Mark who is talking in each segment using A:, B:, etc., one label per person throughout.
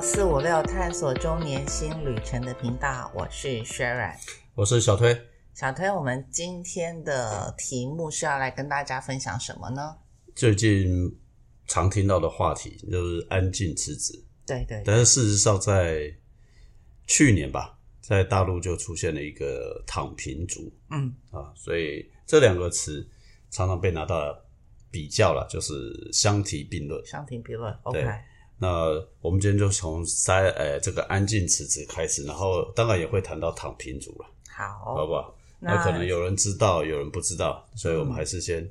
A: 四五六探索中年新旅程的频道，我是 Sharon。
B: 我是小推。
A: 小推，我们今天的题目是要来跟大家分享什么呢？
B: 最近常听到的话题就是安静辞职，
A: 对对对
B: 但是事实上在去年吧，在大陆就出现了一个“躺平族
A: 嗯，”
B: 啊，所以这两个词常常被拿到比较了，就是相提并论。
A: 相提并论，OK，
B: 对那我们今天就从三呃这个安静辞职开始，然后当然也会谈到躺平族了，
A: 好，
B: 好不好？那可能有人知道，有人不知道，所以我们还是先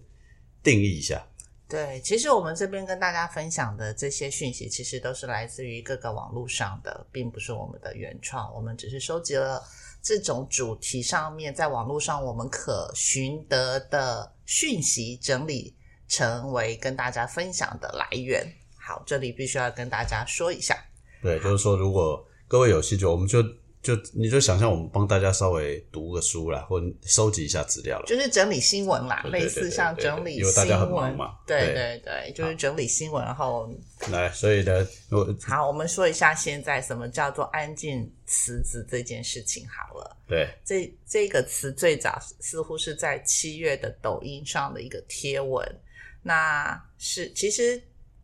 B: 定义一下。
A: 对，其实我们这边跟大家分享的这些讯息，其实都是来自于各个网络上的，并不是我们的原创。我们只是收集了这种主题上面在网络上我们可寻得的讯息，整理成为跟大家分享的来源。好，这里必须要跟大家说一下，
B: 对，就是说，如果各位有兴趣，我们就就你就想象我们帮大家稍微读个书啦，或收集一下资料了。
A: 就是整理新闻啦，
B: 对对对
A: 类似像整理
B: 对对对因为大家很
A: 新闻
B: 忙嘛
A: 对
B: 对
A: 对对，就是整理新闻，然后
B: 来，所以呢，我
A: 好，我们说一下现在什么叫做安静辞职这件事情好了。
B: 对
A: 这这个词最早似乎是在七月的抖音上的一个贴文，那是其实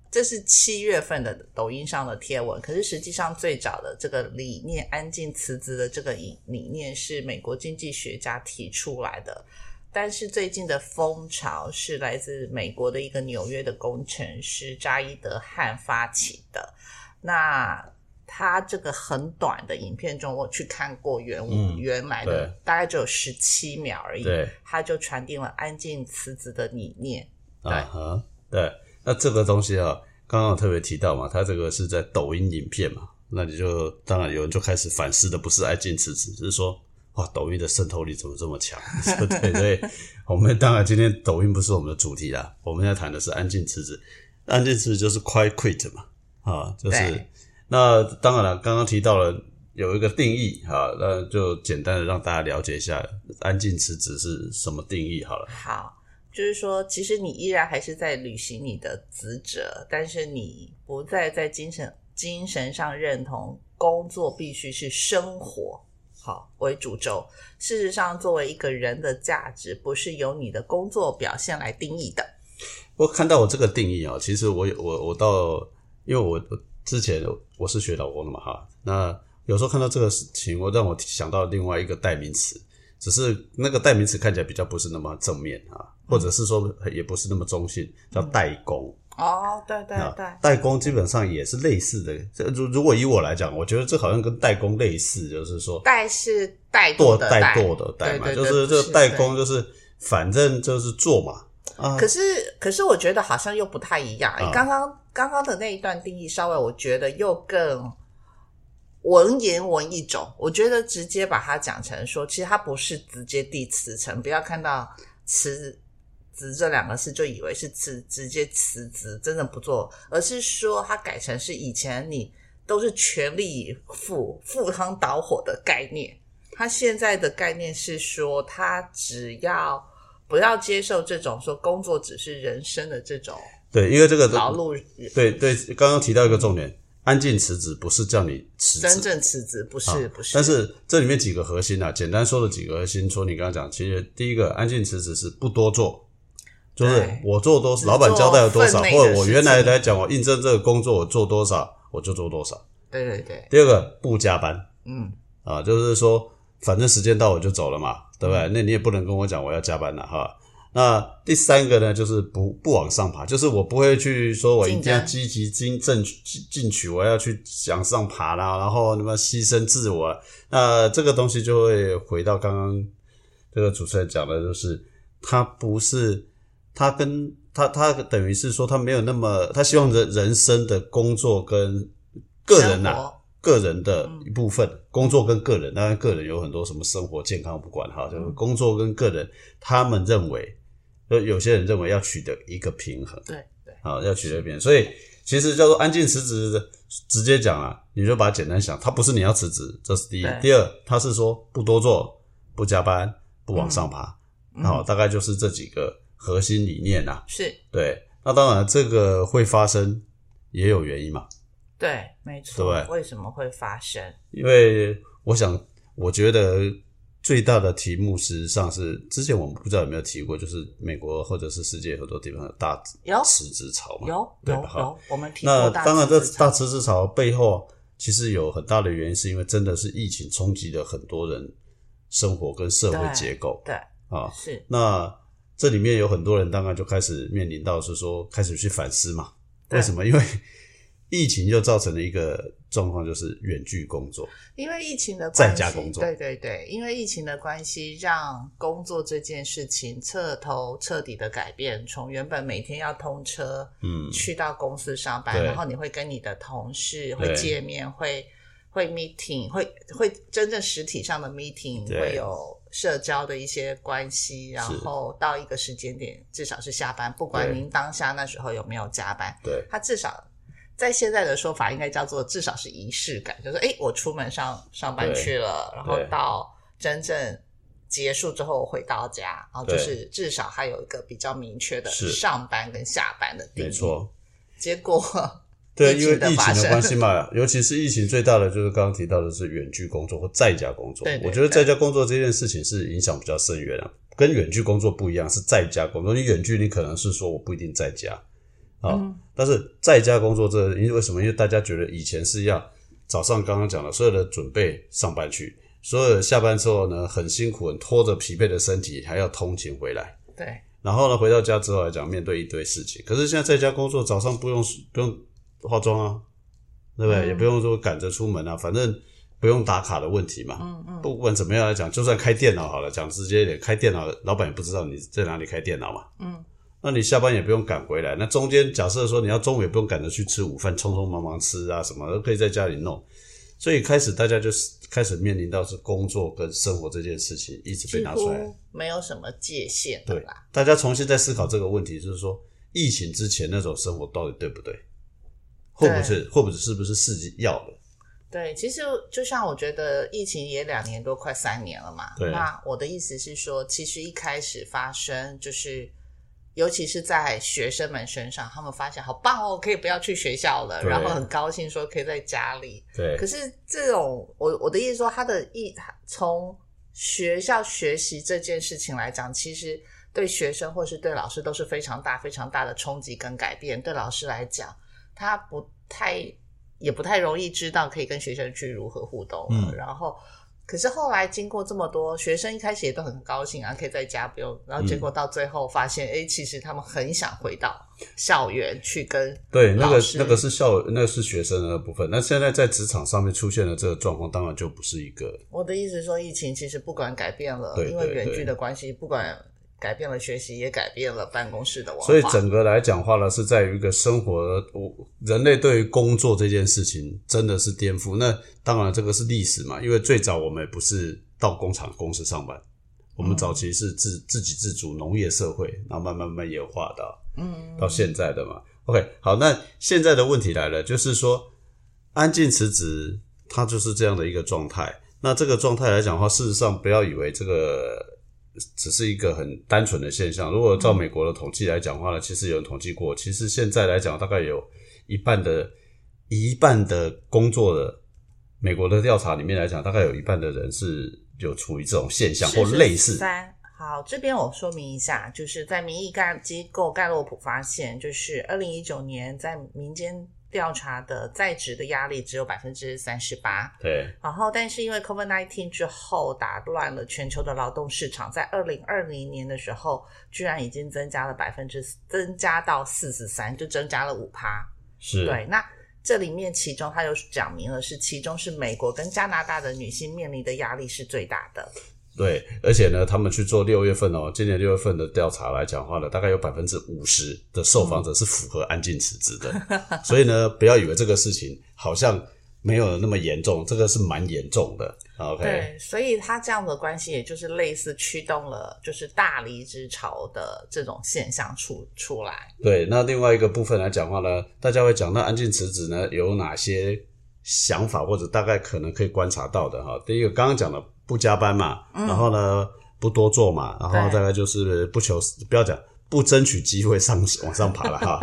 A: 这是七月份的抖音上的贴文，可是实际上最早的这个理念“安静辞职”的这个理理念是美国经济学家提出来的，但是最近的风潮是来自美国的一个纽约的工程师扎伊德汉发起的，那。他这个很短的影片中，我去看过原文、
B: 嗯
A: 原来的
B: 对
A: 大概只有十七秒而已，
B: 对
A: 他就传递了安静辞职的理念。
B: 啊哈，对。那这个东西啊，刚刚有特别提到嘛，它这个是在抖音影片嘛，那你就当然有人就开始反思的，不是爱进辞职，只是说。哇，抖音的渗透力怎么这么强？ 对对，我们当然今天抖音不是我们的主题啦，我们要谈的是安静辞职。安静辞职就是 quiet quit 嘛，啊，就是
A: 对
B: 那当然了，刚刚提到了有一个定义哈，那就简单的让大家了解一下安静辞职是什么定义好了。
A: 好，就是说，其实你依然还是在履行你的职责，但是你不再在精神精神上认同工作必须是生活好为主轴。事实上，作为一个人的价值，不是由你的工作表现来定义的。
B: 我看到我这个定义啊，其实我我我到，因为我我之前我是学老公的嘛哈，那有时候看到这个事情，我让我想到另外一个代名词，只是那个代名词看起来比较不是那么正面
A: 嗯
B: 啊，或者是说也不是那么中性，叫代工。
A: 哦，对嗯对
B: 啊
A: 对，
B: 代工基本上也是类似的。这如如果以我来讲，我觉得这好像跟代工类似，就是说
A: 代是代
B: 惰
A: 的
B: 代
A: 代
B: 惰的代嘛，
A: 对
B: 就
A: 对对
B: 是这
A: 是
B: 个代
A: 对
B: 工就是反正就是做嘛啊，
A: 可是，可是我觉得好像又不太一样。哎
B: 啊
A: 刚刚刚刚的那一段定义，稍微我觉得又更文言文一种。我觉得直接把它讲成说，其实它不是直接递辞呈，不要看到辞职这两个字就以为是辞直接辞职，真的不做，而是说它改成是以前你都是全力以赴、赴汤蹈火的概念。他现在的概念是说，他只要不要接受这种说工作只是人生的这种
B: 呃对，因为这个
A: 劳碌，
B: 对对，刚刚提到一个重点，安静辞职不是叫你辞
A: 真
B: 职，
A: 正辞职不是、
B: 啊
A: 不是，
B: 但是这里面几个核心啊，简单说的几个核心，说你刚刚讲，其实第一个安静辞职是不多做。就是
A: 对
B: 我做多
A: 只
B: 少，老板交代了多少，
A: 做分内的
B: 或者我
A: 事
B: 原来
A: 情
B: 来讲，我应征这个工作，我做多少我就做多少。
A: 对对对，
B: 第二个不加班
A: 嗯，
B: 啊，就是说反正时间到我就走了嘛，对不
A: 嗯
B: 对？那你也不能跟我讲我要加班了哈。那第三个呢，就是不不往上爬，就是我不会去说我一定要
A: 竞争
B: 积极进争取进进取，我要去向上爬啦，然后那么牺牲自我，那这个东西就会回到刚刚这个主持人讲的，就是他不是他跟他他等于是说他没有那么他希望人人生的工作跟个人啊呐、
A: 生活
B: 个人的
A: 嗯
B: 一部分，工作跟个人，当然个人有很多什么生活健康不管哈，就是
A: 嗯
B: 工作跟个人，他们认为，就有些人认为要取得一个平衡，
A: 对对，
B: 啊，要取得平衡，所以其实叫做安静辞职的，直接讲啊，你就把它简单想，它不是你要辞职，这是第一
A: 对；
B: 第二，它是说不多做、不加班、不往上爬，
A: 嗯
B: 好、大概就是这几个核心理念呐、啊。
A: 是
B: 对，那当然这个会发生也有原因嘛，
A: 对，没错，
B: 对
A: 为什么会发生？
B: 因为我想，我觉得最大的题目实际上是之前我们不知道有没有提过，就是美国或者是世界很多地方的大
A: 有
B: 辞职潮嘛。
A: 哦有
B: 对
A: 有
B: 吧
A: 有，我们提
B: 那
A: 过大
B: 当然，这
A: 辞职
B: 大
A: 潮
B: 辞职潮背后其实有很大的原因，是因为真的是疫情冲击了很多人生活跟社会
A: 对
B: 结构
A: 对
B: 啊。
A: 是
B: 那这里面有很多人，当然就开始面临到是说开始去反思嘛。
A: 对
B: 为什么？因为 疫情就造成了一个状况，就是远距工作。
A: 因为疫情的
B: 在
A: 关系
B: 家工作
A: 对对对，因为疫情的关系，让工作这件事情彻头彻底的改变，从原本每天要通车
B: 嗯，
A: 去到公司上班，
B: 对
A: 然后你会跟你的同事会
B: 对
A: 见面，会会 meeting，会会真正实体上的 meeting，
B: 对
A: 会有社交的一些关系，然后到一个时间点，至少是下班，不管
B: 对
A: 您当下那时候有没有加班，
B: 对。
A: 它至少在现在的说法应该叫做至少是仪式感，就是诶，我出门上上班去了，然后
B: 对
A: 到真正结束之后回到家，然后就
B: 对
A: 是至少还有一个比较明确的
B: 是
A: 上班跟下班的定义。
B: 没错，
A: 结果
B: 对，
A: 疫
B: 因为
A: 情的
B: 疫
A: 发
B: 情的
A: 生
B: 关系嘛， 尤其是疫情最大的就是刚刚提到的是远距工作或在家工作。
A: 对对
B: 我觉得
A: 对
B: 在家工作这件事情是影响比较深远啊，跟远距工作不一样，是在家工作。你远距你可能是说我不一定在家啊，
A: 嗯
B: 但是在家工作这，因为为什么？因为大家觉得以前是要早上刚刚讲的所有的准备上班去，所有的下班之后呢，很辛苦，很拖着疲惫的身体还要通勤回来。
A: 对
B: 然后呢，回到家之后来讲，面对一堆事情。可是现在在家工作，早上不用不用化妆啊，对不对？
A: 嗯
B: 也不用说赶着出门啊，反正不用打卡的问题嘛。
A: 嗯嗯
B: 不管怎么样来讲，就算开电脑好了，讲直接一点，开电脑老板也不知道你在哪里开电脑嘛。
A: 嗯，
B: 那你下班也不用赶回来，那中间假设说你要中午也不用赶着去吃午饭，匆匆忙忙吃啊什么都可以在家里弄。所以开始大家就是开始面临到是工作跟生活这件事情一直被
A: 几
B: 拿出来
A: 乎没有什么界限的
B: 对
A: 啦。，
B: 大家重新再思考这个问题，就是说疫情之前那种生活到底对不对？会不会是会不会是不是自己要的？
A: 对，其实就像我觉得疫情也两年多，快三年了嘛。
B: 对
A: 那我的意思是说，其实一开始发生就是，尤其是在学生们身上，他们发现好棒哦，可以不要去学校了，
B: 对
A: 然后很高兴说可以在家里。可
B: 对，
A: 是这种，我我的意思说，他的意从学校学习这件事情来讲，其实对学生或是对老师都是非常大、非常大的冲击跟改变。对老师来讲，他不太也不太容易知道可以跟学生去如何互动了。
B: 嗯
A: 然后，可是后来经过这么多，学生一开始也都很高兴啊，可以在家不用。然后
B: 嗯
A: 结果到最后发现，哎、其实他们很想回到校园去跟
B: 对，那
A: 老
B: 个
A: 师
B: 那个是校那个是学生的那部分。那现在在职场上面出现的这个状况，当然就不是一个
A: 我的意思是说，疫情其实不管改变了，
B: 对
A: 因为
B: 对
A: 远距
B: 对
A: 的关系，不管改变了学习，也改变了办公室的文化。
B: 所以整个来讲话呢，是在于一个生活，我人类对于工作这件事情真的是颠覆。那当然，这个是历史嘛，因为最早我们也不是到工厂公司上班，我们早期是自自给自足农业社会，然后慢慢慢慢演化到
A: 嗯，
B: 到现在的嘛。OK，好，那现在的问题来了，就是说安静辞职，它就是这样的一个状态。那这个状态来讲的话，事实上不要以为这个只是一个很单纯的现象。如果照美国的统计来讲的话呢，其实有人统计过，其实现在来讲大概有一半的一半的工作的美国的调查里面来讲，大概有一半的人是有处于这种现象或类似。
A: 三好，这边我说明一下，就是在民意盖机构盖洛普发现，就是二零一九年在民间调查的在职的压力只有百分之三十八，
B: 对
A: 然后，但是因为 COVID-19 之后打乱了全球的劳动市场，在二零二零年的时候，居然已经增加了百分之增加到四十三，就增加了五趴。
B: 是，
A: 对，那这里面其中它有讲明了是，其中是美国跟加拿大的女性面临的压力是最大的。
B: 对，而且呢，他们去做六月份哦，今年六月份的调查来讲话呢，大概有百分之五十的受访者是符合安静辞职
A: 嗯
B: 的，所以呢，不要以为这个事情好像没有那么严重，这个是蛮严重的。OK，
A: 对，所以它这样的关系，也就是类似驱动了就是大离职潮的这种现象出出来。
B: 对那另外一个部分来讲话呢，大家会讲到安静辞职呢有哪些想法或者大概可能可以观察到的哈。第一个刚刚讲的不加班嘛，
A: 嗯
B: 然后呢不多做嘛，然后
A: 对
B: 大概就是不 求不要讲不争取机会上往上爬了哈。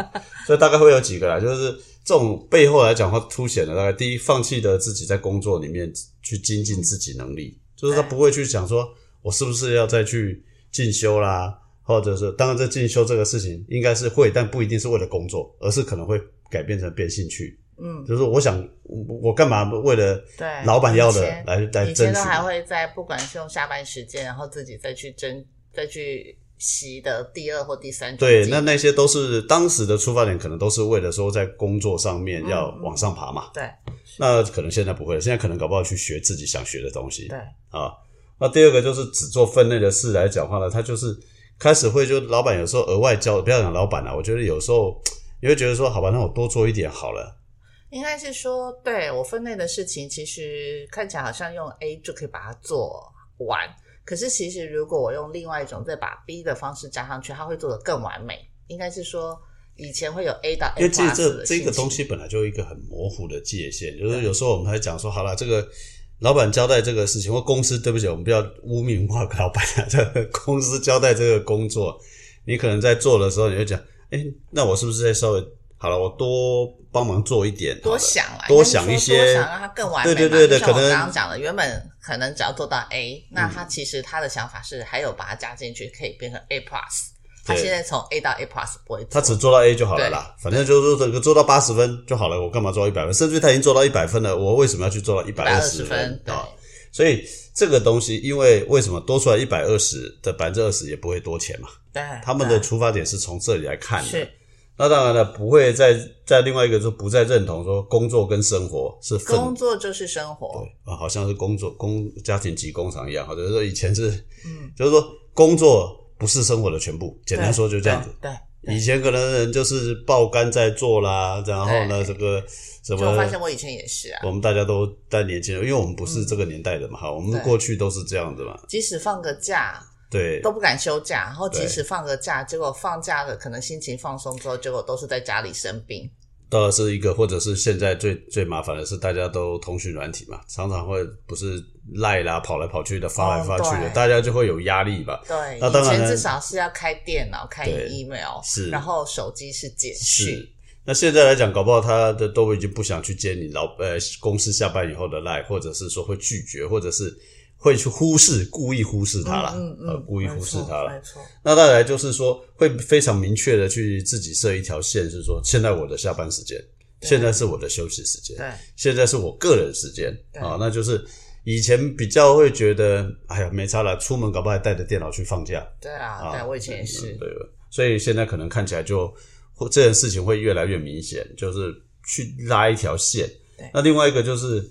B: 所以大概会有几个啦，就是这种背后来讲的话，凸显了大概第一，放弃了自己在工作里面去精进自己能力，就是他
A: 对
B: 不会去想说我是不是要再去进修啦，或者是当然这进修这个事情应该是会，但不一定是为了工作，而是可能会改变成变兴趣，
A: 嗯，
B: 就是我想我我干嘛为了
A: 对，
B: 老板要
A: 以
B: 的
A: 前
B: 来来
A: 以
B: 争
A: 前
B: 取
A: 都，还会在不管是用下班时间，然后自己再去争，再去习的第二或第三种
B: 对，
A: 技
B: 那
A: 能
B: 那些都是当时的出发点，可能都是为了说在工作上面要
A: 嗯嗯
B: 往上爬嘛。
A: 对
B: 那可能现在不会了，现在可能搞不好去学自己想学的东西。
A: 对
B: 啊，那第二个就是只做分内的事来讲话呢，他就是开始会就老板有时候额外教，不要讲老板了、我觉得有时候你会觉得说，好吧，那我多做一点好了。
A: 应该是说，对我分内的事情，其实看起来好像用 A 就可以把它做完，可是其实如果我用另外一种再把 B 的方式加上去，它会做得更完美。应该是说，以前会有 A 到 A
B: 因为其实
A: plus 的
B: 这这个
A: 心情
B: 东西本来就有一个很模糊的界限，就是有时候我们还讲说，好了，这个老板交代这个事情，或公司对不起，我们不要污名化老板啊，这个公司交代这个工作，你可能在做的时候，你会讲，哎、那我是不是再稍微好了，我多帮忙做一点好
A: 多
B: 了，
A: 想啊，应该
B: 多
A: 是
B: 想
A: 说
B: 一些
A: 多想让它更完美嘛。
B: 对对对对
A: 就像我
B: 可能嗯
A: 刚刚讲的，原本可能只要做到 A，那他其实他的想法是还有把它加进去，可以变成 A plus。他
B: 对
A: 现在从 A 到 A plus 不会做，
B: 他只做到 A 就好了啦，反正就是整个做到八十分就好了，我干嘛做到一百分？甚至他已经做到一百分了，我为什么要去做到一百
A: 二
B: 二
A: 十
B: 十
A: 分，对
B: 啊？所以这个东西，因为为什么多出来一百二十的百分之二十也不会多钱嘛？
A: 对，
B: 他们的
A: 对
B: 出发点是从这里来看的
A: 是。
B: 那当然了，不会再在另外一个就不再认同说工作跟生活是分
A: 工作就是生活，
B: 啊，好像是工作工家庭及工厂一样，好，就是说以前是，
A: 嗯，
B: 就是说工作不是生活的全部，简单
A: 对
B: 说就这样子。
A: 对，对
B: 以前可能人就是爆肝在做啦，然后呢，这个
A: 对就
B: 什
A: 我发
B: 么，
A: 现我以前也是啊，
B: 我们大家都在年轻人，因为我们不是这个年代的嘛，哈，我们
A: 对
B: 过去都是这样子嘛，
A: 即使放个假
B: 对
A: 都不敢休假，然后即
B: 对
A: 使放个假，结果放假了可能心情放松之后，结果都是在家里生病，
B: 倒是一个，或者是现在最最麻烦的是，大家都通讯软体嘛，常常会不是赖啦，跑来跑去的，发来发去的，
A: 哦对
B: 大家就会有压力吧。
A: 对，
B: 那当
A: 以
B: 然
A: 前
B: 了
A: 至少是要开电脑、开
B: 对
A: email，
B: 是
A: 然后手机是简
B: 是
A: 讯，。
B: 那现在来讲，搞不好他的都已经不想去接你老呃公司下班以后的赖，或者是说会拒绝，或者是会去忽视，故意忽视他啦，
A: 嗯嗯
B: 呃，
A: 嗯，
B: 故意忽视他
A: 没
B: 啦。
A: 错，没错
B: 那再来就是说，会非常明确的去自己设一条线，是说现在我的下班时间，
A: 对
B: 现在是我的休息时间，
A: 对，
B: 现在是我个人时间
A: 对
B: 啊，那就是以前比较会觉得，哎呀，没差啦，出门搞不好还带着电脑去放假，
A: 对啊，对我以前也是
B: 嗯，对，所以现在可能看起来就或这件事情会越来越明显，就是去拉一条线
A: 对。
B: 那另外一个就是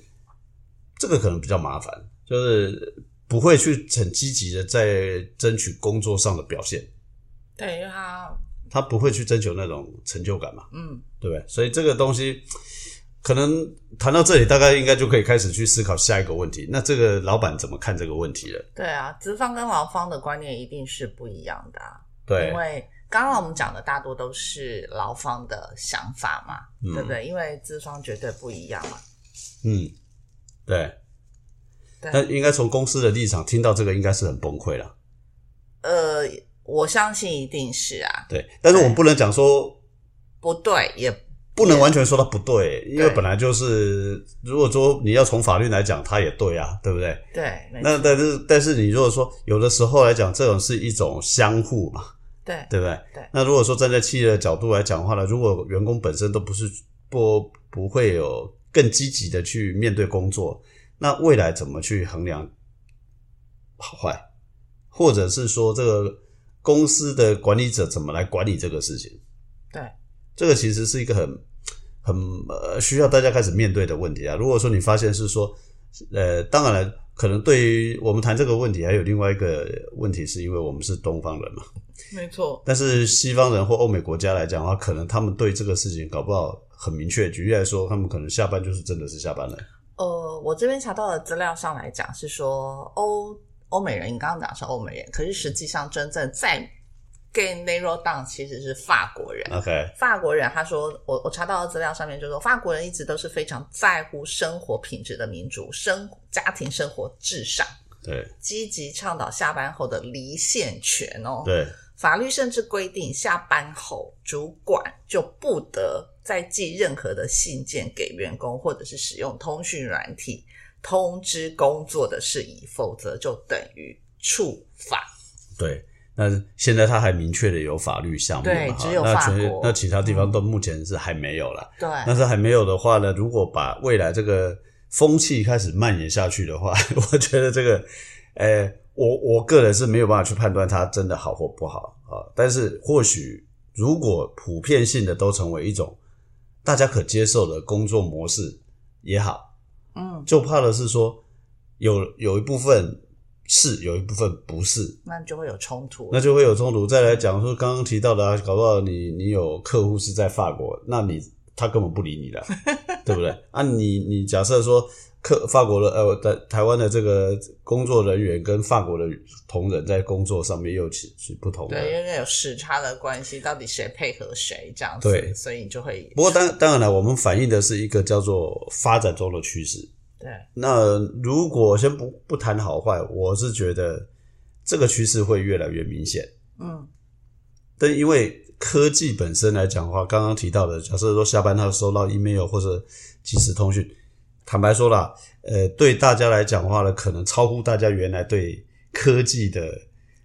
B: 这个可能比较麻烦，就是不会去很积极的在争取工作上的表现，
A: 对，因为他，
B: 他不会去征求那种成就感嘛，
A: 嗯，
B: 对不对？所以这个东西。可能谈到这里，大概应该就可以开始去思考下一个问题。那这个老板怎么看这个问题了？
A: 对啊，资方跟劳方的观念一定是不一样的啊，
B: 对
A: 因，为刚刚我们讲的大多都是劳方的想法嘛，
B: 嗯
A: 对不对？因为资方绝对不一样嘛，
B: 嗯，对。
A: 对
B: 那应该从公司的立场听到这个，应该是很崩溃了。
A: 呃，我相信一定是啊，
B: 对，但是我们不能讲说，
A: 不对也
B: 不能完全说他不对，因为本来就是，如果说你要从法律来讲，他也对啊，对不对？
A: 对，没
B: 那
A: 错
B: 但是但是你如果说有的时候来讲，这种是一种相互嘛，
A: 对
B: 对不对？
A: 对
B: 那如果说站在企业的角度来讲的话呢，如果员工本身都不是不不会有更积极的去面对工作，那未来怎么去衡量好坏，或者是说这个公司的管理者怎么来管理这个事情？
A: 对，
B: 这个其实是一个很很呃需要大家开始面对的问题啊。如果说你发现是说，呃，当然了，可能对于我们谈这个问题，还有另外一个问题，是因为我们是东方人嘛。
A: 没错，
B: 但是西方人或欧美国家来讲的话，可能他们对这个事情搞不好很明确。举例来说，他们可能下班就是真的是下班了，
A: 呃，我这边查到的资料上来讲是说欧欧美人，你刚刚讲是欧美人，可是实际上真正在 gay narrow down 其实是法国人。
B: OK，
A: 法国人他说，我我查到的资料上面就说，法国人一直都是非常在乎生活品质的民族，生家庭生活至上，
B: 对
A: 积极倡导下班后的离线权哦。
B: 对
A: 法律甚至规定，下班后主管就不得再寄任何的信件给员工，或者是使用通讯软体通知工作的事宜，否则就等于触法。
B: 对，那现在他还明确的有法律项目嘛
A: 对
B: 哈
A: 只有
B: 那
A: 法
B: 其
A: 国嗯
B: 那其他地方都目前是还没有啦。
A: 对，
B: 但是还没有的话呢，如果把未来这个风气开始蔓延下去的话， 我觉得这个，呃，我我个人是没有办法去判断它真的好或不好啊。但是或许如果普遍性的都成为一种大家可接受的工作模式也好，
A: 嗯，
B: 就怕的是说有有一部分是，有一部分不是，
A: 那就会有冲突。
B: 那就会有冲突。再来讲说刚刚提到的、啊，搞不好你你有客户是在法国，那你他根本不理你了，对不对？啊你，你假设说客法国的呃台台湾的这个工作人员跟法国的同仁在工作上面又起是不同的。
A: 对，因为有时差的关系，到底谁配合谁这样子，
B: 对
A: 所以你就会
B: 不过当当然了，我们反映的是一个叫做发展中的趋势。
A: 对
B: 那如果先不不谈好坏，我是觉得这个趋势会越来越明显。
A: 嗯
B: 但因为科技本身来讲的话，刚刚提到的，假设说下班他收到 email 或者即时通讯，坦白说啦，呃，对大家来讲的话呢，可能超乎大家原来对科技的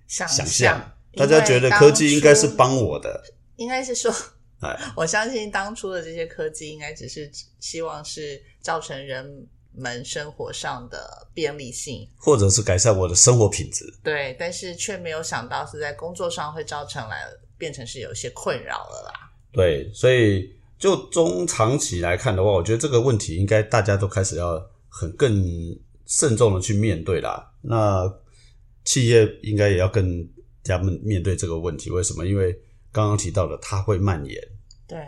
A: 想
B: 想象
A: 象。，
B: 大家觉得科技应该是帮我的，
A: 应该是说
B: 哎，
A: 我相信当初的这些科技，应该只是希望是造成人们生活上的便利性，
B: 或者是改善我的生活品质。
A: 对，但是却没有想到是在工作上会造成来变成是有一些困扰了啦。
B: 对，所以就中长期来看的话，我觉得这个问题应该大家都开始要很更慎重的去面对啦。那企业应该也要更加面面对这个问题，为什么？因为刚刚提到的，它会蔓延。
A: 对，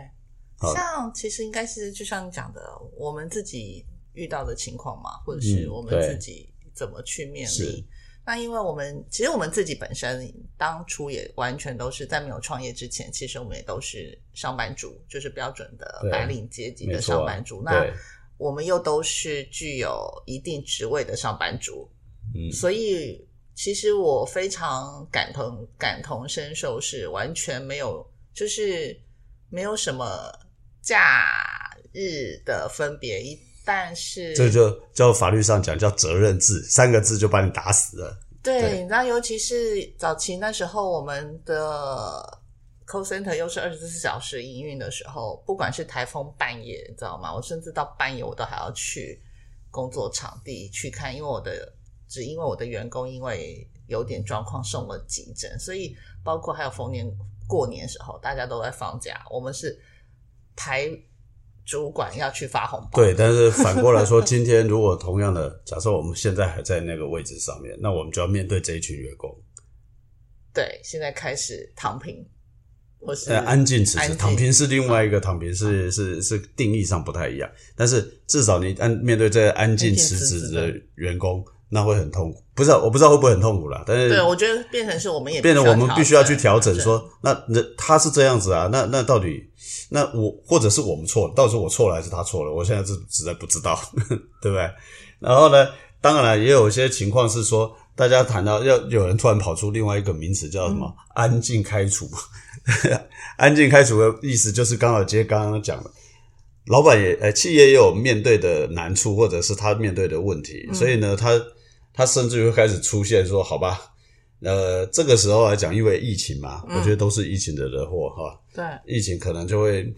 B: 好
A: 像其实应该是就像你讲的，我们自己遇到的情况嘛，或者是
B: 嗯
A: 我们
B: 对
A: 自己怎么去面
B: 是
A: 临。那因为我们其实我们自己本身当初也完全都是在没有创业之前，其实我们也都是上班族，就是标准的
B: 对
A: 白领阶级
B: 没
A: 的
B: 错啊
A: 上班族。那
B: 对，
A: 我们又都是具有一定职位的上班族，
B: 嗯，
A: 所以其实我非常感同感同身受，是完全没有，就是没有什么假日的分别，一但是
B: 这就叫法律上讲叫责任制，三个字就把你打死了。对
A: 对，那尤其是早期那时候，我们的 call center 又是二十四小时营运的时候，不管是台风半夜，你知道吗？我甚至到半夜我都还要去工作场地去看，因为我的只因为我的员工因为有点状况送了急诊，所以包括还有逢年过年时候，大家都在放假，我们是排主管要去发红包，
B: 对，但是反过来说，今天如果同样的，假设我们现在还在那个位置上面，那我们就要面对这一群员工，
A: 对，现在开始躺平，或是
B: 呃，安静辞
A: 安
B: 职，
A: 静啊
B: 躺平是另外一个躺平是，是是定义上不太一样，但是至少你安嗯面对这安静辞职的员工，那会很痛苦。不知道我不知道会不会很痛苦啦，但是
A: 对，我觉得变成是我们也
B: 变得我们必须要去调整
A: 对
B: 说，那那他是这样子啊，那那到底那我或者是我们错了，到底是我错了还是他错了？我现在是实在不知道， 对不对？然后呢，当然了，也有一些情况是说，大家谈到要有人突然跑出另外一个名词叫什么、
A: 嗯
B: 安静开除”， 安静开除的意思就是刚好接刚刚讲的。老板也，呃，企业也有面对的难处，或者是他面对的问题，
A: 嗯
B: 所以呢，他他甚至会开始出现说，好吧，呃，这个时候来讲，因为疫情嘛，
A: 嗯
B: 我觉得都是疫情的惹祸哈。
A: 对，
B: 疫情可能就会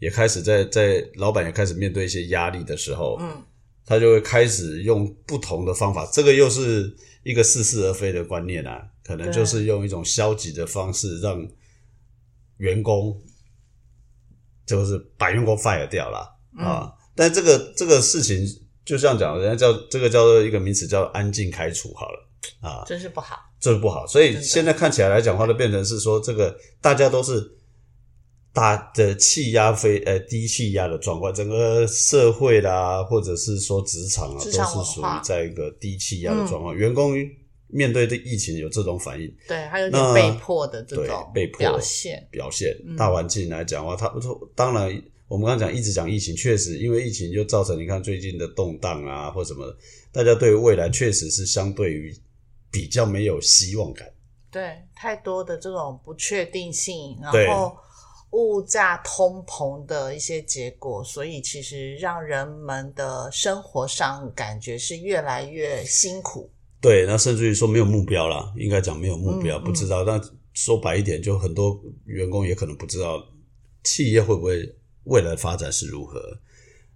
B: 也开始在在老板也开始面对一些压力的时候，
A: 嗯，
B: 他就会开始用不同的方法，这个又是一个似是而非的观念啊，可能
A: 对
B: 就是用一种消极的方式让员工就是把员工 fire 掉了、啊。但这个这个事情就像讲，人家叫这个叫做一个名词叫安静开除好了啊，
A: 真是不好。
B: 这不好。所以
A: 真的
B: 现在看起来来讲的话，就变成是说，这个大家都是大的气压非呃低气压的状况，整个社会啦，或者是说职场啊，
A: 职
B: 都
A: 场文
B: 是属于
A: 化嗯
B: 在一个低气压的状况。员工面对这疫情有这种反应
A: 对，还有
B: 那
A: 点被迫的这种
B: 对被迫
A: 表现，
B: 表现，
A: 嗯
B: 大环境来讲的话，他当然。我们刚刚讲一直讲疫情，确实因为疫情就造成你看最近的动荡啊或什么的，大家对未来确实是相对于比较没有希望感。
A: 对，太多的这种不确定性，然
B: 对
A: 后物价通膨的一些结果，所以其实让人们的生活上感觉是越来越辛苦。
B: 对，那甚至于说没有目标啦，应该讲没有目标，
A: 嗯嗯
B: 不知道。那说白一点，就很多员工也可能不知道企业会不会未来的发展是如何，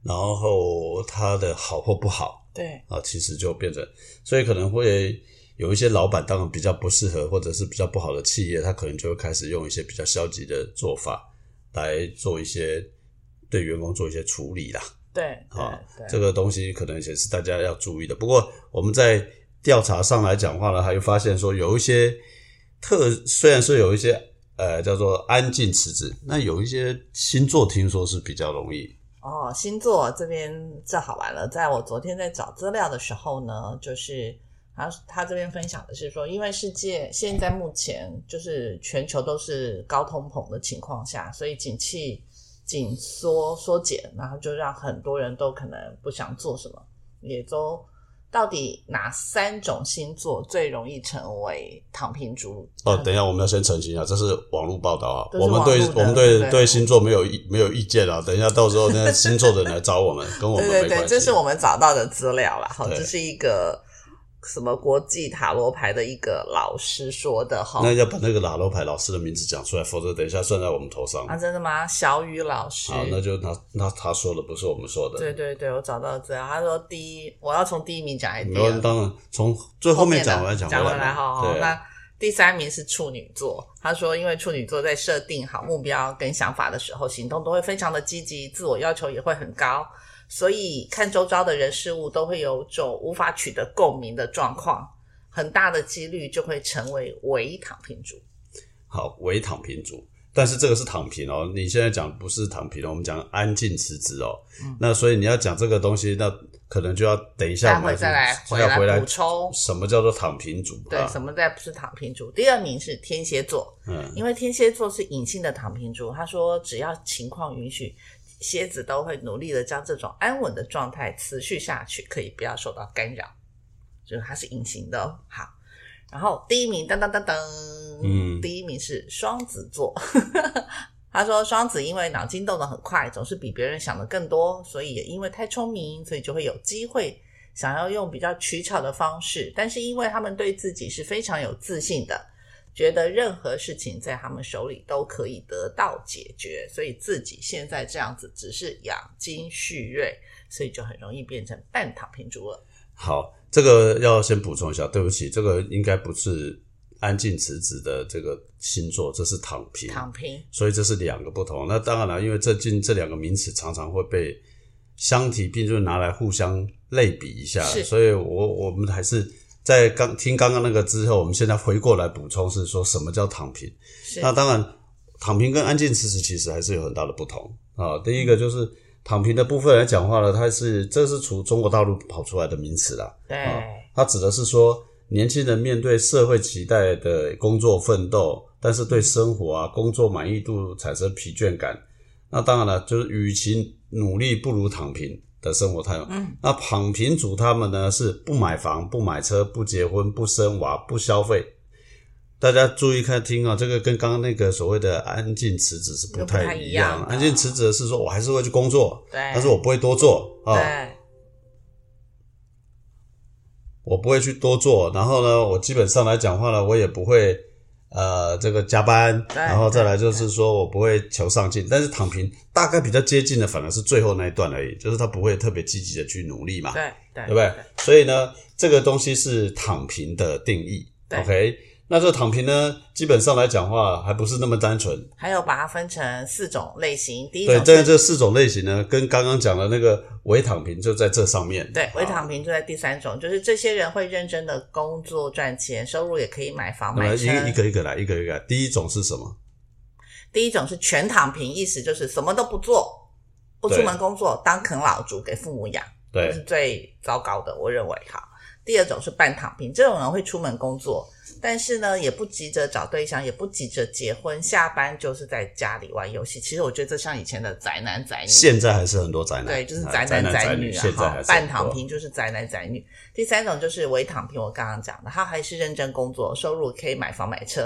B: 然后它的好或不好
A: 对，
B: 啊，其实就变成，所以可能会有一些老板当然比较不适合，或者是比较不好的企业，他可能就会开始用一些比较消极的做法来做一些对员工做一些处理啦。
A: 对，对，
B: 啊
A: 对，
B: 这个东西可能也是大家要注意的。不过我们在调查上来讲话呢，还有发现说有一些特，虽然说有一些呃叫做安静辞职，那有一些星座听说是比较容易。
A: 哦，星座这边最好玩了。在我昨天在找资料的时候呢，就是他他这边分享的是说，因为世界现在目前就是全球都是高通膨的情况下，所以景气紧缩缩减，然后就让很多人都可能不想做什么，也都到底哪三种星座最容易成为躺平族？
B: 哦，等一下，我们要先澄清啊，这是网络报道啊，
A: 这是
B: 我们
A: 网
B: 对
A: 络的
B: 我们
A: 对
B: 对
A: 对
B: 对星座没有意没有意见啊。等一下，到时候那个星座的人来找我们，跟我们
A: 对
B: 没
A: 对
B: 关
A: 对，
B: 系。
A: 这是我们找到的资料啦。哈，
B: 对
A: 这是一个什么国际塔罗牌的一个老师说的哈。
B: 那要把那个塔罗牌老师的名字讲出来，否则等一下算在我们头上。
A: 啊，真的吗？小雨老师。
B: 好，那就那那他说的不是我们说的。
A: 对对对，我找到的资料。他说第一，我要从第一名讲还是第
B: 没有，
A: 二？
B: 当然从最后面
A: 的
B: 讲完讲
A: 讲
B: 回
A: 回
B: 来
A: 来
B: 嘛，
A: 哈。
B: 对啊，
A: 那第三名是处女座，他说因为处女座在设定好目标跟想法的时候，行动都会非常的积极，自我要求也会很高，所以看周遭的人事物都会有种无法取得共鸣的状况，很大的几率就会成为伪躺平族。
B: 好，伪躺平族。但是这个是躺平哦，你现在讲不是躺平哦，我们讲安静辞职哦。
A: 嗯
B: 那所以你要讲这个东西，那可能就要等一
A: 待
B: 下我们
A: 会再来
B: 就
A: 回
B: 要回
A: 来
B: 来
A: 补充。
B: 什么叫做躺平族
A: 对
B: 啊，？
A: 什么在不是躺平族？第二名是天蝎座，
B: 嗯，
A: 因为天蝎座是隐性的躺平族，他说只要情况允许，蝎子都会努力的将这种安稳的状态持续下去，可以不要受到干扰，就是它是隐形的、哦。好，然后第一名噔噔噔噔，
B: 嗯
A: 第一名是双子座。 他说，双子因为脑筋动得很快，总是比别人想的更多，所以也因为太聪明，所以就会有机会想要用比较取巧的方式。但是因为他们对自己是非常有自信的，觉得任何事情在他们手里都可以得到解决，所以自己现在这样子只是养精蓄锐，所以就很容易变成半躺平族了。
B: 好，这个要先补充一下，对不起，这个应该不是安静辞职的这个星座，这是躺平。
A: 躺平，
B: 所以这是两个不同。那当然了，因为这近这两个名词常常会被相提并论，拿来互相类比一下。
A: 是
B: 所以我我们还是在刚听刚刚那个之后，我们现在回过来补充是说什么叫躺平。
A: 是
B: 那当然，躺平跟安静辞职其实还是有很大的不同啊。第一个就是躺平的部分来讲话呢，它是这是从中国大陆跑出来的名词啦。
A: 对、
B: 啊它指的是说，年轻人面对社会期待的工作奋斗，但是对
A: 嗯
B: 生活啊、工作满意度产生疲倦感。那当然了，就是与其努力，不如躺平的生活态度。
A: 嗯，
B: 那躺平族他们呢是不买房、不买车、不结婚、不生娃、不消费。大家注意看听啊，这个跟刚刚那个所谓的安静辞职是不
A: 不
B: 太
A: 太一
B: 样。
A: 样的哎
B: 安静辞职的是说我还是会去工作，
A: 对，
B: 但是我不会多做啊。
A: 对
B: 我不会去多做，然后呢，我基本上来讲话呢，我也不会呃这个加班，
A: 对
B: 然后再来就是说我不会求上进，但是躺平大概比较接近的反而是最后那一段而已，就是他不会特别积极的去努力嘛，
A: 对对，
B: 对不对？所以呢，这个东西是躺平的定义
A: 对
B: ，OK？那这躺平呢，基本上来讲话还不是那么单纯，
A: 还有把它分成四种类型，第一
B: 对，
A: 种
B: 这
A: 是
B: 这四种类型呢，跟刚刚讲的那个伪躺平就在这上面，
A: 对
B: 好
A: 伪躺平就在第三种，就是这些人会认真的工作赚钱，收入也可以买房
B: 那
A: 买
B: 么
A: 车
B: 一。个一个一个来，一个一个来。第一种是什么？
A: 第一种是全躺平，意思就是什么都不做，不出
B: 对
A: 门工作，当啃老族给父母养。
B: 对
A: 这，是最糟糕的，我认为哈。第二种是半躺平，这种人会出门工作，但是呢，也不急着找对象，也不急着结婚，下班就是在家里玩游戏。其实我觉得这像以前的宅男宅女，
B: 现在还是很多宅男，
A: 哎对，就是
B: 啊
A: 宅男
B: 男宅
A: 女啊，
B: 现在
A: 哈
B: 还是
A: 半
B: 很
A: 躺
B: 多。
A: 平就是宅男宅女。第三种就是伪躺平，我刚刚讲的，他还是认真工作，收入可以买房买车，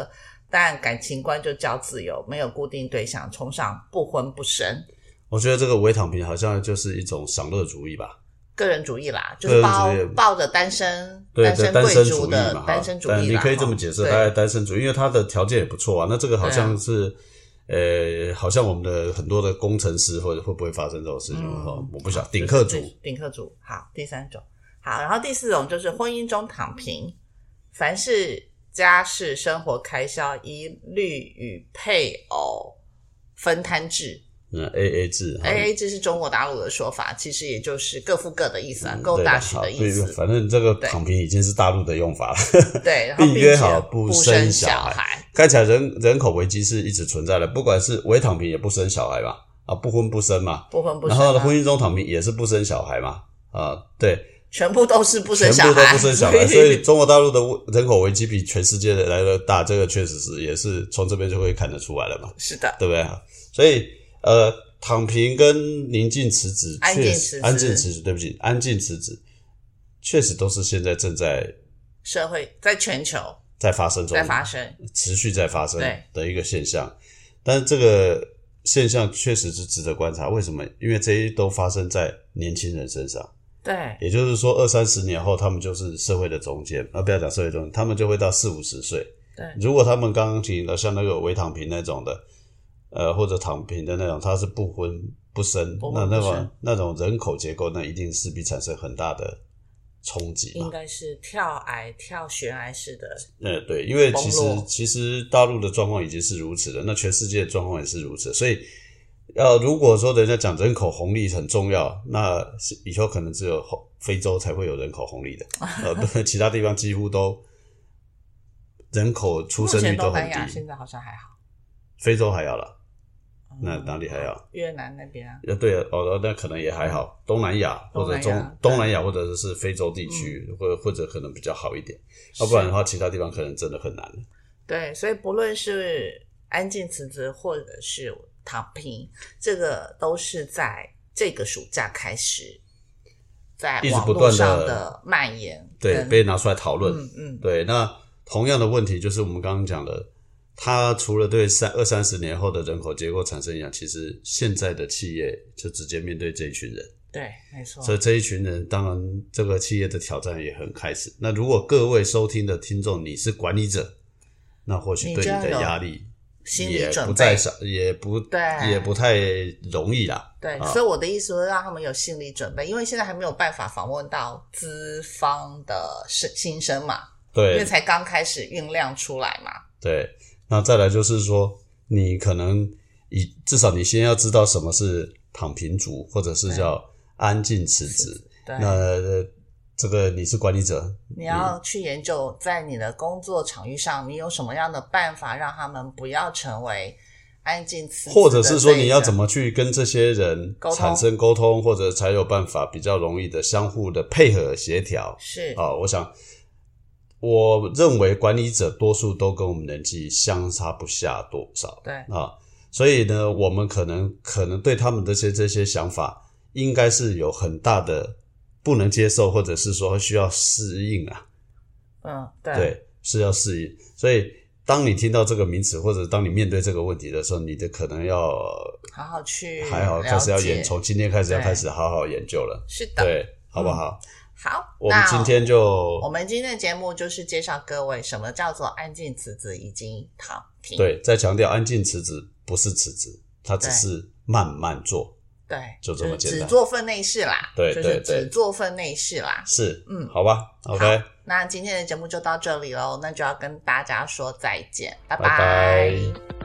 A: 但感情观就叫自由，没有固定对象，崇尚不婚不生，
B: 我觉得这个伪躺平好像就是一种享乐主义吧，
A: 个人主义啦，就
B: 个
A: 是
B: 人
A: 抱
B: 主义
A: 抱着单身
B: 对
A: 身
B: 对，单
A: 贵
B: 身主
A: 族
B: 义
A: 的
B: 嘛，哈
A: 单身，主
B: 但
A: 义
B: 你
A: 啦
B: 可以这
A: 哈
B: 么解释，
A: 对啊
B: 大概单身主义，因为他的条件也不错啊。那这个好像是，呃，好像我们的很多的工程师或者会不会发生这种事情？
A: 嗯
B: 哈，我不晓得，顶客族
A: 对，顶客族。好，第三种，好，然后第四种就是婚姻中躺平，凡是家事生活开销一律与配偶分摊制。
B: 嗯，A A 制哈
A: A A 制是中国大陆的说法，其实也就是各付各的意思啊，
B: 嗯对
A: 够
B: 啦
A: 大许
B: 好
A: 的意
B: 对
A: 思。
B: 反正这个
A: 对
B: 躺平已经是大陆的用法了。
A: 对，然后
B: 并
A: 并
B: 约
A: 且
B: 好不
A: 不
B: 生小
A: 小
B: 孩
A: 孩。
B: 看起来人人口危机是一直存在的，不管是伪躺平也不生小孩嘛，啊，不婚不生嘛，
A: 不婚不
B: 然
A: 生
B: 后呢，
A: 啊，
B: 婚姻中躺平也是不生小孩嘛，啊，对，
A: 全部都是不生小
B: 全
A: 孩，
B: 部都不生 小孩，所以中国大陆的人口危机比全世界的来的大，这个确实是也是从这边就会看得出来了嘛，
A: 是的，
B: 对不对？所以呃，躺平跟宁静辞职，
A: 安静
B: 确
A: 辞
B: 实
A: 职
B: 安静辞职，对不起，安静辞职，确实都是现在正在
A: 社会在全球
B: 在发生中，
A: 在发生，
B: 持续在发生
A: 对
B: 的一个现象。但是这个现象确实是值得观察，为什么？因为这些都发生在年轻人身上。
A: 对
B: 也就是说，二三十年后，他们就是社会的中间，啊，不要讲社会中间，他们就会到四五十岁。
A: 对
B: 如果他们刚刚提到像那个伪躺平那种的，呃，或者躺平的那种，他是不婚不生，
A: 不
B: 那
A: 婚不
B: 那
A: 生
B: 种那种人口结构，那一定势必产生很大的冲击嘛
A: 应。该是跳崖跳悬崖式的
B: 呃，对，因为其实
A: 崩落
B: 其实大陆的状况已经是如此了，那全世界的状况也是如此，所以要如果说人家讲人口红利很重要，那是以后可能只有红非洲才会有人口红 利的，呃，不，其他地方几乎都人口出
A: 目
B: 生
A: 前
B: 率
A: 东
B: 都
A: 南
B: 很
A: 亚
B: 低
A: 现，在好像还好。
B: 非洲还要了，
A: 嗯
B: 那哪里还要？
A: 越南那边啊，
B: 呃，对啊哦，那可能也还好，东南亚或者
A: 东
B: 中
A: 南亚嗯
B: 东南亚或者是非洲地区，或、或者可能比较好一点，啊要不然的话，其他地方可能真的很难。
A: 对，所以不论是安静辞职或者是躺平，这个都是在这个暑假开始，在
B: 一直
A: 网
B: 不
A: 络
B: 断地
A: 上的蔓延
B: 对，
A: 跟，
B: 被拿出来讨论。
A: 嗯嗯，
B: 对，那同样的问题就是我们刚刚讲的，它除了对三二三十年后的人口结构产生影响，其实现在的企业就直接面对这一群人，
A: 对，没错，
B: 所以这一群人当然这个企业的挑战也很开始。那如果各位收听的听众你是管理者，那或许
A: 你
B: 对
A: 就
B: 你
A: 要
B: 的
A: 有
B: 压力
A: 心理
B: 也
A: 准
B: 不
A: 备
B: 再，少，也不
A: 对
B: 也不太容易啦。
A: 对，
B: 啊
A: 所以我的意思是让他们有心理准备，因为现在还没有办法访问到资方的生新生嘛，因为
B: 对，
A: 才刚开始酝酿出来嘛，
B: 对，那再来就是说，你可能以至少你先要知道什么是躺平族，或者是叫安静辞职。
A: 对，
B: 那嗯呃这个你是管理者，
A: 你要去研究，在你的工作场域上，你有什么样的办法让他们不要成为安静辞职的
B: 或者是说
A: 这一
B: 你要
A: 个
B: 怎么去跟这些人
A: 沟通
B: 产生沟通，或者才有办法比较容易的相互的配合协调
A: 是
B: 啊、我想，我认为管理者多数都跟我们年纪相差不下多少。
A: 对
B: 啊，所以呢，我们可能可能对他们这些这些想法，应该是有很大的不能接受，或者是说需要适应啊，
A: 嗯对
B: 对，是要适应。所以，当你听到这个名词，或者当你面对这个问题的时候，你的可能要
A: 好好去
B: 还好开始要研，从今天开始要
A: 对
B: 开始好好研究了，
A: 是的，
B: 对，好不好？
A: 好，
B: 我们
A: 嗯那
B: 今天就
A: 我们今天的节目就是介绍各位什么叫做安静辞职以及躺平，
B: 对再强调，安静辞职不是辞职，它只
A: 对
B: 是慢慢做，
A: 对，
B: 就这么
A: 是
B: 简单
A: 只做分内事啦，
B: 对
A: 就是
B: 对对
A: 只做分内事啦，
B: 是，
A: 嗯
B: 好吧，OK，
A: 那今天的节目就到这里喽，那就要跟大家说再见，拜
B: 拜拜